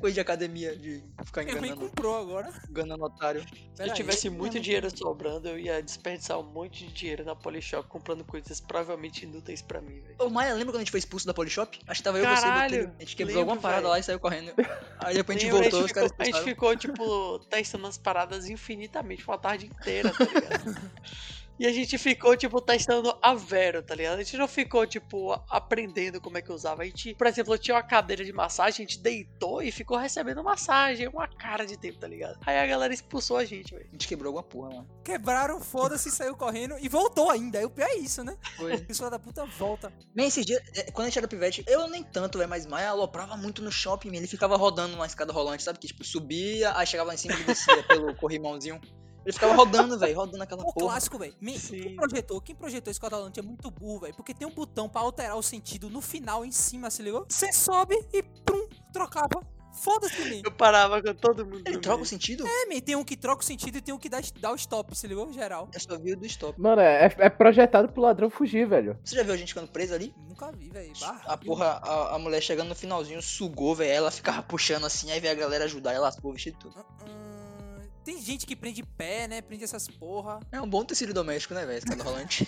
[SPEAKER 1] Coisa de academia, de ficar
[SPEAKER 3] Minha mãe
[SPEAKER 1] enganando,
[SPEAKER 3] comprou agora.
[SPEAKER 1] enganando otário.
[SPEAKER 4] Se eu tivesse muito dinheiro sobrando, eu ia desperdiçar um monte de dinheiro na Polishop comprando coisas provavelmente inúteis pra mim, velho.
[SPEAKER 1] Ô, Maia, lembra quando a gente foi expulso da Polishop? Acho que tava eu, você e
[SPEAKER 4] Caralho,
[SPEAKER 1] Botelho. A gente quebrou
[SPEAKER 4] lembro,
[SPEAKER 1] alguma parada
[SPEAKER 4] velho.
[SPEAKER 1] lá e saiu correndo. Aí depois a gente
[SPEAKER 4] Lembra?
[SPEAKER 1] voltou, tipo, os
[SPEAKER 4] ficou,
[SPEAKER 1] caras
[SPEAKER 4] a gente
[SPEAKER 1] expulsaram.
[SPEAKER 4] ficou, tipo, testando as paradas infinitamente, uma tarde inteira, tá ligado?
[SPEAKER 1] [LAUGHS]
[SPEAKER 4] e a gente ficou, tipo, testando a Vero, tá ligado? A gente não ficou, tipo, aprendendo como é que usava. A gente, por exemplo, tinha uma cadeira de massagem, a gente deitou e ficou recebendo massagem, uma cara de tempo, tá ligado? Aí a galera expulsou a gente, velho.
[SPEAKER 1] A gente quebrou alguma porra, mano.
[SPEAKER 3] Quebraram, foda-se, saiu correndo e voltou ainda. Aí o pior é isso, né?
[SPEAKER 1] Foi.
[SPEAKER 3] O pessoal da puta volta.
[SPEAKER 1] Bem, esses dias, é, quando a gente era pivete, eu nem tanto, velho, mas Maia aloprava muito no shopping, ele ficava rodando uma escada rolante, sabe? Que tipo, subia, aí chegava lá em cima e descia
[SPEAKER 4] [LAUGHS]
[SPEAKER 1] pelo corrimãozinho. Ele ficava rodando, velho, rodando aquela
[SPEAKER 3] O
[SPEAKER 1] porra.
[SPEAKER 3] clássico, velho. Me-
[SPEAKER 4] Sim.
[SPEAKER 3] Quem projetou, quem projetou esse catalante é muito burro, velho. Porque tem um botão pra alterar o sentido no final, em cima, se ligou? Você sobe e pum, trocava. Foda-se, man.
[SPEAKER 4] Eu parava com todo mundo.
[SPEAKER 1] Ele
[SPEAKER 4] no
[SPEAKER 1] troca o
[SPEAKER 4] meio.
[SPEAKER 1] sentido?
[SPEAKER 3] É, man, Tem um que troca o sentido e tem um que dá, dá o stop, se ligou? Geral.
[SPEAKER 1] Eu só vi o do stop.
[SPEAKER 2] Mano, é, é projetado pro ladrão fugir, velho.
[SPEAKER 1] Você já viu a gente ficando presa ali?
[SPEAKER 3] Nunca vi, velho.
[SPEAKER 1] A porra, a, a mulher chegando no finalzinho, sugou, velho, ela ficava puxando assim, aí veio a galera ajudar, ela lascou o vestido tudo.
[SPEAKER 3] Ah, ah, Tem gente que prende pé, né? Prende essas porra.
[SPEAKER 1] É um bom tecido doméstico, né, velho, escada rolante.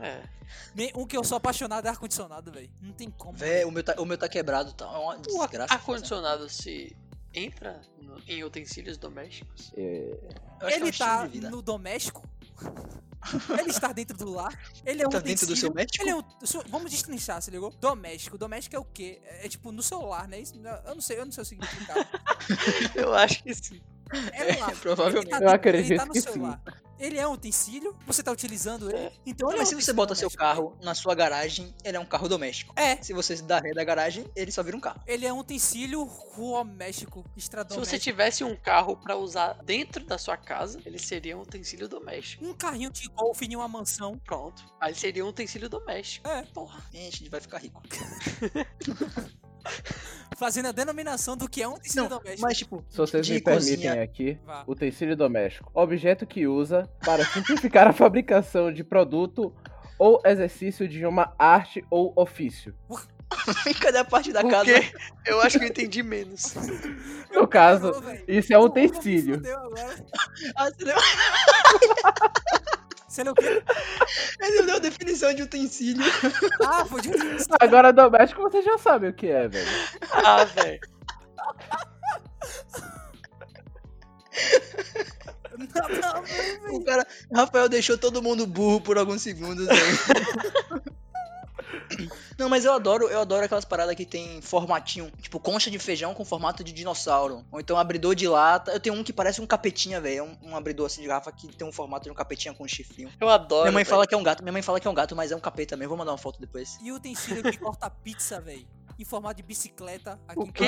[SPEAKER 4] É.
[SPEAKER 3] Me- Um que eu sou apaixonado é ar-condicionado, velho. Não tem como.
[SPEAKER 1] Véi, o meu tá, o meu tá quebrado, tá uma
[SPEAKER 4] O
[SPEAKER 1] desgraça.
[SPEAKER 4] ar-condicionado se entra no- em utensílios domésticos?
[SPEAKER 2] É,
[SPEAKER 1] Eu acho que é um
[SPEAKER 3] Ele
[SPEAKER 1] estilo
[SPEAKER 3] tá
[SPEAKER 1] de vida.
[SPEAKER 3] no doméstico. [LAUGHS] Ele está dentro do lar. Ele é um
[SPEAKER 1] Tá dentro do
[SPEAKER 3] utensílio-
[SPEAKER 1] seu médico?
[SPEAKER 3] Ele
[SPEAKER 1] [LAUGHS]
[SPEAKER 3] é um- su- Vamos destrinchar, se ligou? Doméstico. Doméstico é o quê? É, é tipo no seu lar, né? Isso- eu não sei, eu não sei o significado.
[SPEAKER 1] [LAUGHS]
[SPEAKER 4] Eu acho que sim.
[SPEAKER 3] É no lar.
[SPEAKER 1] provavelmente.
[SPEAKER 3] Ele tá
[SPEAKER 2] Eu
[SPEAKER 3] dentro-
[SPEAKER 2] acredito
[SPEAKER 3] Ele tá no
[SPEAKER 2] que
[SPEAKER 3] seu
[SPEAKER 2] sim.
[SPEAKER 3] lar. Ele é um utensílio, você tá utilizando ele. Então ele é
[SPEAKER 1] Mas
[SPEAKER 3] um
[SPEAKER 1] se você
[SPEAKER 3] utensílio
[SPEAKER 1] bota seu
[SPEAKER 3] doméstico.
[SPEAKER 1] carro na sua garagem, ele é um carro doméstico.
[SPEAKER 3] É,
[SPEAKER 1] Se você se dá ré da garagem, ele só vira um carro.
[SPEAKER 3] ele é um utensílio doméstico,
[SPEAKER 4] Se você
[SPEAKER 3] estradoméstico.
[SPEAKER 4] tivesse um carro pra usar dentro da sua casa, ele seria um utensílio doméstico.
[SPEAKER 3] Um carrinho de golfe em uma mansão.
[SPEAKER 4] Pronto. Aí ele seria um utensílio doméstico.
[SPEAKER 3] É.
[SPEAKER 4] Porra.
[SPEAKER 1] E a gente vai ficar rico.
[SPEAKER 3] Fazendo a denominação do que é um utensílio
[SPEAKER 1] Não,
[SPEAKER 3] doméstico.
[SPEAKER 1] mas tipo,
[SPEAKER 2] se vocês
[SPEAKER 1] de
[SPEAKER 2] me
[SPEAKER 1] cozinha.
[SPEAKER 2] permitem aqui,
[SPEAKER 3] Vá.
[SPEAKER 2] Utensílio doméstico. Objeto que usa para simplificar a fabricação de produto ou exercício de uma arte ou ofício. é.
[SPEAKER 1] [LAUGHS] cadê a parte da
[SPEAKER 4] O
[SPEAKER 1] casa?
[SPEAKER 4] quê? Eu acho que eu entendi menos.
[SPEAKER 2] No caso,
[SPEAKER 3] Ferrou, velho.
[SPEAKER 2] isso é um
[SPEAKER 3] Pô, me
[SPEAKER 2] utensílio.
[SPEAKER 3] fudeu agora.
[SPEAKER 1] Ah, você deu,
[SPEAKER 3] Você não quer?
[SPEAKER 1] ele deu a definição de utensílio.
[SPEAKER 3] Ah, foi de utensílio.
[SPEAKER 2] Agora, doméstico, vocês já sabem o que é, velho.
[SPEAKER 4] [LAUGHS] Ah, velho.
[SPEAKER 3] Não, não, não,
[SPEAKER 1] O cara, Rafael deixou todo mundo burro por alguns segundos.
[SPEAKER 4] [LAUGHS]
[SPEAKER 1] aí. Não, mas eu adoro, eu adoro aquelas paradas que tem formatinho, tipo concha de feijão com formato de dinossauro, ou então abridor de lata. Eu tenho um que parece um capetinha, velho, é um, um abridor assim de garrafa que tem um formato de um capetinha com um chifrinho.
[SPEAKER 4] Eu adoro.
[SPEAKER 1] Minha mãe
[SPEAKER 4] velho.
[SPEAKER 1] fala que é um gato, minha mãe fala que é um gato, mas é um capeta mesmo. Vou mandar uma
[SPEAKER 4] [LAUGHS]
[SPEAKER 1] foto depois.
[SPEAKER 3] E o utensílio que corta pizza, velho. Em formato de bicicleta. Aqui
[SPEAKER 4] O
[SPEAKER 3] em
[SPEAKER 4] quê?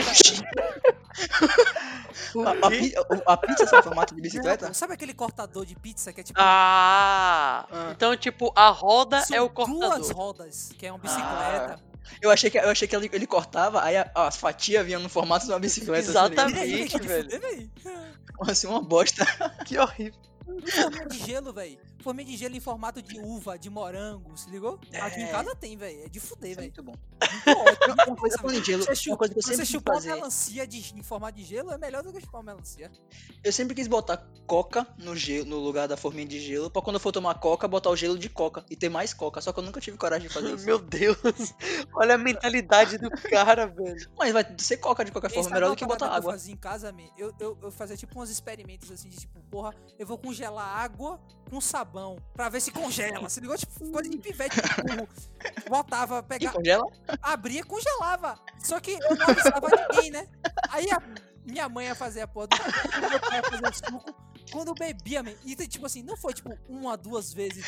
[SPEAKER 3] Pernambuco.
[SPEAKER 1] A, a pi- a- a pizza é em formato de bicicleta?
[SPEAKER 3] Sabe aquele cortador de pizza que é tipo.
[SPEAKER 4] Ah,
[SPEAKER 1] Ah.
[SPEAKER 4] então, tipo, a roda
[SPEAKER 3] são
[SPEAKER 4] é o
[SPEAKER 3] Duas
[SPEAKER 4] cortador. Ah,
[SPEAKER 3] rodas, que é uma bicicleta.
[SPEAKER 1] Eu achei que, eu achei que ele, ele cortava, aí a, as fatias vinham no formato de uma bicicleta. tá ligado?
[SPEAKER 4] Exatamente.
[SPEAKER 3] Direito,
[SPEAKER 4] gente,
[SPEAKER 3] é de
[SPEAKER 4] velho.
[SPEAKER 3] fuder, véi.
[SPEAKER 1] assim, uma [LAUGHS] bosta.
[SPEAKER 4] Que horrível.
[SPEAKER 3] Forminha Um de gelo, velho. Forminha de gelo em formato de uva, de morango, se ligou? Aqui em
[SPEAKER 1] É.
[SPEAKER 3] casa tem, velho. É de fuder,
[SPEAKER 1] Isso é
[SPEAKER 3] velho.
[SPEAKER 1] muito bom.
[SPEAKER 3] Muito ótimo.
[SPEAKER 1] Uma coisa, falando em gelo,
[SPEAKER 3] Você
[SPEAKER 1] uma
[SPEAKER 3] chupa-
[SPEAKER 1] coisa que eu
[SPEAKER 3] Se você
[SPEAKER 1] sempre quis
[SPEAKER 3] chupar
[SPEAKER 1] fazer.
[SPEAKER 3] uma melancia de, em formato de gelo, é melhor do que chupar uma melancia.
[SPEAKER 1] Eu sempre quis botar coca no, gelo, no lugar da forminha de gelo, pra quando eu for tomar coca, botar o gelo de coca e ter mais coca. Só que eu nunca tive coragem
[SPEAKER 3] [LAUGHS]
[SPEAKER 1] de fazer isso.
[SPEAKER 4] Meu Deus. Olha a mentalidade do cara, velho.
[SPEAKER 1] Mas vai ser coca de qualquer
[SPEAKER 3] Esse
[SPEAKER 1] forma,
[SPEAKER 3] sabe
[SPEAKER 1] melhor
[SPEAKER 3] uma
[SPEAKER 1] do que
[SPEAKER 3] parada
[SPEAKER 1] botar
[SPEAKER 3] eu
[SPEAKER 1] água.
[SPEAKER 3] fazia em casa, man? Eu, eu, eu fazia tipo uns experimentos assim de tipo, porra, eu vou congelar água com sabão pra ver se congela. Se ligou, tipo, coisa de pivete
[SPEAKER 1] [LAUGHS]
[SPEAKER 3] burro. Botava,
[SPEAKER 1] E
[SPEAKER 3] pegava,
[SPEAKER 1] congela?
[SPEAKER 3] abria e congelava. Só que eu não avisava ninguém, né? Aí a minha mãe ia fazer a porra do suco, meu pai ia fazer o suco. Quando eu bebia, man, e tipo assim, não foi tipo uma, duas vezes.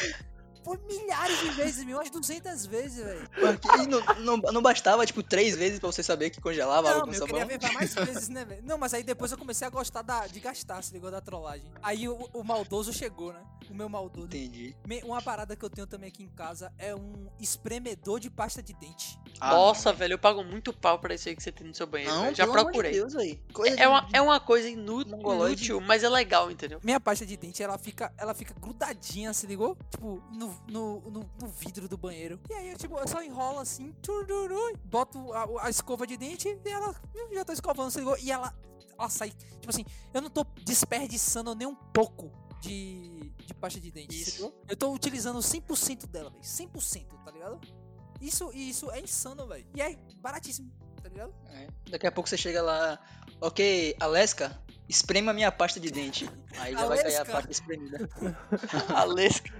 [SPEAKER 3] Foi milhares de vezes, meu, umas 200 vezes, velho.
[SPEAKER 1] Porque- E não, não, não bastava, tipo, três vezes pra você saber que congelava água
[SPEAKER 3] Não,
[SPEAKER 1] com
[SPEAKER 3] meu, eu queria
[SPEAKER 1] sabão?
[SPEAKER 3] ver pra mais vezes, né, velho? Não, mas aí depois eu comecei a gostar da- de gastar, se ligou da trollagem. Aí o, o maldoso chegou, né? O meu maldoso.
[SPEAKER 1] Entendi.
[SPEAKER 3] Me- Uma parada que eu tenho também aqui em casa é um espremedor de pasta de dente.
[SPEAKER 1] Ah,
[SPEAKER 4] Nossa, velho, eu pago muito pau pra isso aí que você tem no seu banheiro.
[SPEAKER 1] Não,
[SPEAKER 4] velho. Já
[SPEAKER 1] pelo amor de
[SPEAKER 4] procurei.
[SPEAKER 1] Deus, véi. Coisa
[SPEAKER 4] é, uma,
[SPEAKER 1] de-
[SPEAKER 4] é uma coisa inú-
[SPEAKER 1] mongoloide.
[SPEAKER 4] inútil, mas é legal, entendeu?
[SPEAKER 3] Minha pasta de dente, ela fica, ela fica grudadinha, se ligou? Tipo, no, no, no- no vidro do banheiro. E aí eu, tipo, eu só enrolo assim, tururu, boto a, a escova de dente e ela "Hum, já tô escovando, se ligou? E ela, ela sai. Tipo assim, eu não tô desperdiçando nem um pouco de, de pasta de dente. se
[SPEAKER 4] Isso.
[SPEAKER 3] ligou? Eu tô utilizando 100% dela, velho. 100%, tá ligado? Isso, isso é insano, velho. E é baratíssimo, tá ligado?
[SPEAKER 1] É. Daqui a pouco você chega lá, ok, Aleska, esprema minha pasta de dente. Aí já vai cair a
[SPEAKER 3] Aleska.
[SPEAKER 1] pasta espremida.
[SPEAKER 4] A lesca.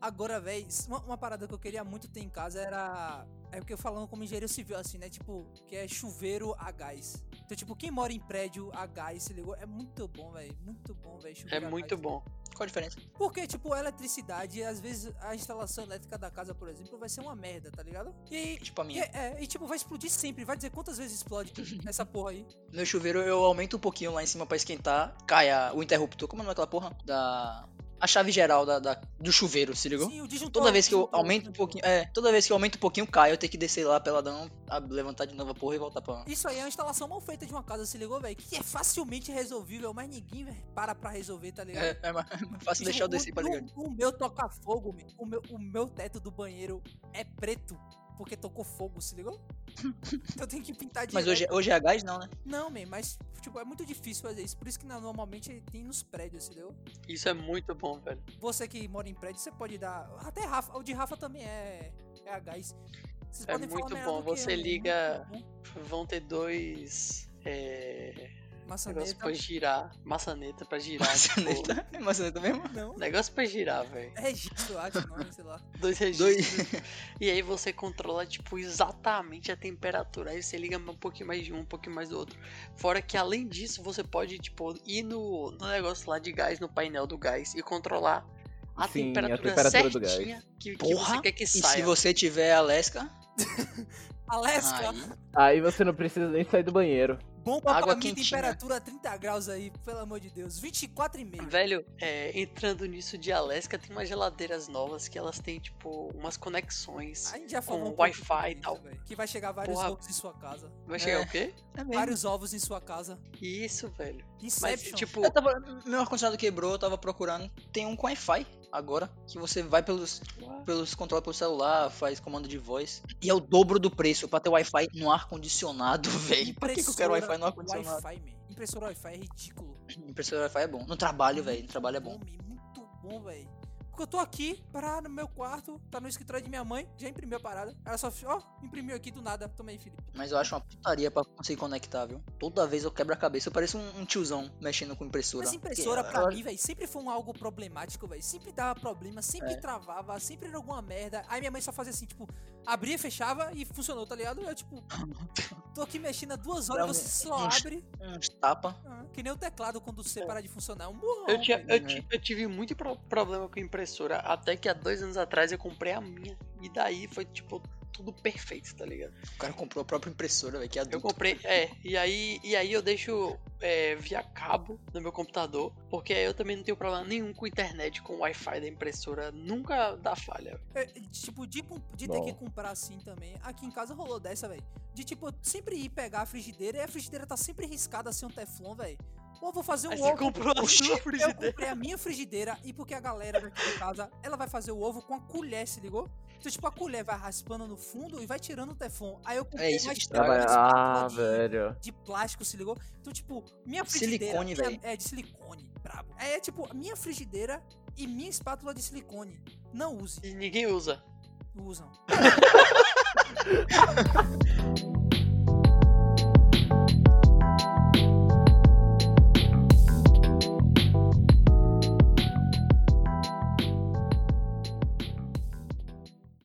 [SPEAKER 3] Agora, véi, uma, uma parada que eu queria muito ter em casa era. É o que eu falando como engenheiro civil, assim, né? Tipo, que é chuveiro a gás. Então, tipo, quem mora em prédio a gás, se ligou? É muito bom, véi. Muito bom, véi.
[SPEAKER 4] É
[SPEAKER 3] chuveiro a
[SPEAKER 4] muito
[SPEAKER 3] gás.
[SPEAKER 4] bom.
[SPEAKER 1] Qual a diferença?
[SPEAKER 3] Porque, tipo, a eletricidade, às vezes a instalação elétrica da casa, por exemplo, vai ser uma merda, tá ligado? E.
[SPEAKER 1] Tipo a
[SPEAKER 3] E,
[SPEAKER 1] minha.
[SPEAKER 3] é, e, tipo, vai explodir sempre. Vai dizer quantas
[SPEAKER 4] [LAUGHS]
[SPEAKER 3] vezes explode essa porra aí.
[SPEAKER 1] Meu chuveiro eu aumento um pouquinho lá em cima pra esquentar, cai a- o interruptor, como é o nome daquela porra? Da. A chave geral da, da- do chuveiro, se ligou?
[SPEAKER 3] Sim, o disjuntor.
[SPEAKER 1] Toda vez que eu
[SPEAKER 3] disjuntor,
[SPEAKER 1] aumento um
[SPEAKER 3] disjuntor.
[SPEAKER 1] pouquinho. É, toda vez que eu aumento um pouquinho, cai. Eu tenho que descer lá peladão, a- levantar de novo a porra e voltar pra.
[SPEAKER 3] Isso aí é uma instalação mal feita de uma casa, se ligou, velho? Que é facilmente resolvível, mas ninguém véi, para pra resolver, tá ligado?
[SPEAKER 1] É, é mais mais fácil deixar eu
[SPEAKER 3] O-
[SPEAKER 1] descer, tá
[SPEAKER 3] o-
[SPEAKER 1] ligado?
[SPEAKER 3] O meu toca fogo, meu. o meu, o meu teto do banheiro é preto. Porque tocou fogo, se
[SPEAKER 1] [LAUGHS]
[SPEAKER 3] ligou? Então eu tenho que pintar de.
[SPEAKER 1] Mas hoje, hoje é a gás, não, né?
[SPEAKER 3] Não, man, mas tipo, é muito difícil fazer isso. Por isso que na- normalmente tem nos prédios, se ligou?
[SPEAKER 4] Isso é muito bom, velho.
[SPEAKER 3] Você que mora em prédio, você pode dar. Até Rafa, o de Rafa também é, é a gás. Vocês
[SPEAKER 4] É
[SPEAKER 3] podem falar
[SPEAKER 4] muito
[SPEAKER 3] melhor
[SPEAKER 4] bom,
[SPEAKER 3] do que
[SPEAKER 4] você
[SPEAKER 3] eu, é muito
[SPEAKER 4] liga-
[SPEAKER 3] bom.
[SPEAKER 4] Vão ter dois. É. Negócio
[SPEAKER 3] Maçaneta.
[SPEAKER 4] pra girar. Maçaneta pra girar. tipo,
[SPEAKER 1] [LAUGHS] Maçaneta. É maçaneta mesmo?
[SPEAKER 3] Não.
[SPEAKER 4] [LAUGHS] Negócio pra girar, velho.
[SPEAKER 3] É registro, eu acho, não, sei lá.
[SPEAKER 4] Dois registros.
[SPEAKER 1] Dois.
[SPEAKER 4] E aí você controla, tipo, exatamente a temperatura. Aí você liga um pouquinho mais de um, um pouquinho mais do outro. Fora que além disso, você pode, tipo, ir no, no negócio lá de gás, no painel do gás, e controlar a
[SPEAKER 2] Sim, a
[SPEAKER 4] temperatura,
[SPEAKER 2] temperatura do
[SPEAKER 4] certinha Que, que
[SPEAKER 1] Porra!
[SPEAKER 4] você quer que
[SPEAKER 1] E
[SPEAKER 4] saia.
[SPEAKER 1] se você tiver a Lesca,
[SPEAKER 3] Alesca,
[SPEAKER 1] Aí. é
[SPEAKER 2] Aí você não precisa nem sair do banheiro.
[SPEAKER 3] bomba
[SPEAKER 1] Água
[SPEAKER 3] pra mim,
[SPEAKER 1] quentinha.
[SPEAKER 3] temperatura 30 graus aí, pelo amor de Deus. 24,5.
[SPEAKER 4] Velho, é, entrando nisso de Alaska, tem umas geladeiras novas que elas têm, tipo, umas conexões.
[SPEAKER 3] A gente já
[SPEAKER 4] com
[SPEAKER 3] falou um pouco
[SPEAKER 4] Wi-Fi
[SPEAKER 3] sobre
[SPEAKER 4] e
[SPEAKER 3] isso,
[SPEAKER 4] tal.
[SPEAKER 3] velho, que vai chegar vários
[SPEAKER 4] Porra.
[SPEAKER 3] ovos em sua casa.
[SPEAKER 4] Vai chegar
[SPEAKER 1] É.
[SPEAKER 4] o quê?
[SPEAKER 1] é mesmo.
[SPEAKER 3] Vários ovos em sua casa.
[SPEAKER 4] Isso, velho. Mas,
[SPEAKER 3] Inception.
[SPEAKER 1] [LAUGHS]
[SPEAKER 4] tipo,
[SPEAKER 1] Eu tava, meu ar-condicionado quebrou, eu tava procurando. Tem um com Wi-Fi agora, que você vai pelos, pelos controles pelo celular, faz comando de voz. E é o dobro do preço pra ter Wi-Fi no ar-condicionado, [LAUGHS] velho. Pra que, que eu quero Wi-Fi no ar-condicionado? Hum,
[SPEAKER 3] Wi-Fi, man. Impressora Wi-Fi é ridículo.
[SPEAKER 1] Impressora Wi-Fi é bom. No trabalho, velho, no trabalho é bom.
[SPEAKER 3] Muito bom, man, muito bom, velho. Porque eu tô aqui, parado no meu quarto, tá no escritório de minha mãe, já imprimiu a parada. Ela só, ó, imprimiu aqui do nada. Toma aí, Felipe.
[SPEAKER 1] Mas eu acho uma putaria pra conseguir conectar, viu? Toda vez eu quebro a cabeça. Eu pareço um, um tiozão mexendo com impressora.
[SPEAKER 3] Mas impressora pra
[SPEAKER 2] eu-
[SPEAKER 3] mim, velho, sempre foi um algo problemático, velho. Sempre dava problema, sempre travava, sempre era alguma merda. Aí minha mãe só fazia assim, tipo, abria, fechava e funcionou, tá ligado? Eu, tipo, tô aqui mexendo há duas horas,
[SPEAKER 1] Dá um-
[SPEAKER 3] você só
[SPEAKER 1] uns-
[SPEAKER 3] abre.
[SPEAKER 1] Uns tapa.
[SPEAKER 3] Ah, que nem o teclado quando você para de funcionar. é Um burrão.
[SPEAKER 4] Eu, tinha-
[SPEAKER 3] velho.
[SPEAKER 4] eu ti- eu tive muito pro- problema com impressora, até que há dois anos atrás eu comprei a minha. E daí foi, tipo, tudo perfeito, tá ligado?
[SPEAKER 1] O cara comprou a própria impressora, velho, que é
[SPEAKER 4] Eu
[SPEAKER 1] adulto.
[SPEAKER 4] comprei, é, e aí, e aí eu deixo é, via cabo no meu computador, porque aí eu também não tenho problema nenhum com internet, com Wi-Fi da impressora, nunca dá falha.
[SPEAKER 3] É, tipo, de, com- de ter
[SPEAKER 2] Bom.
[SPEAKER 3] que comprar assim também. Aqui em casa rolou dessa, velho. De tipo, eu sempre ir pegar a frigideira e a frigideira tá sempre riscada assim um teflon, velho. Ou eu vou fazer um
[SPEAKER 4] Aí você
[SPEAKER 3] ovo.
[SPEAKER 4] comprou a
[SPEAKER 3] Oxi,
[SPEAKER 4] sua
[SPEAKER 3] Eu
[SPEAKER 4] frigideira.
[SPEAKER 3] comprei a minha frigideira e porque a galera daqui de casa, ela vai fazer o ovo com a colher, se ligou? Então, tipo, a colher vai raspando no fundo e vai tirando o teflon. Aí eu comprei
[SPEAKER 1] É isso
[SPEAKER 3] uma
[SPEAKER 1] que
[SPEAKER 3] espátula
[SPEAKER 1] estraga.
[SPEAKER 2] Trabalha-
[SPEAKER 3] de-
[SPEAKER 2] Ah, velho.
[SPEAKER 3] de plástico, se ligou? Então, tipo, minha
[SPEAKER 1] De
[SPEAKER 3] frigideira.
[SPEAKER 1] silicone,
[SPEAKER 3] minha-
[SPEAKER 1] véi.
[SPEAKER 3] É, de silicone, brabo. É, tipo, minha frigideira e minha espátula de silicone. Não use,
[SPEAKER 4] E ninguém usa.
[SPEAKER 3] usam.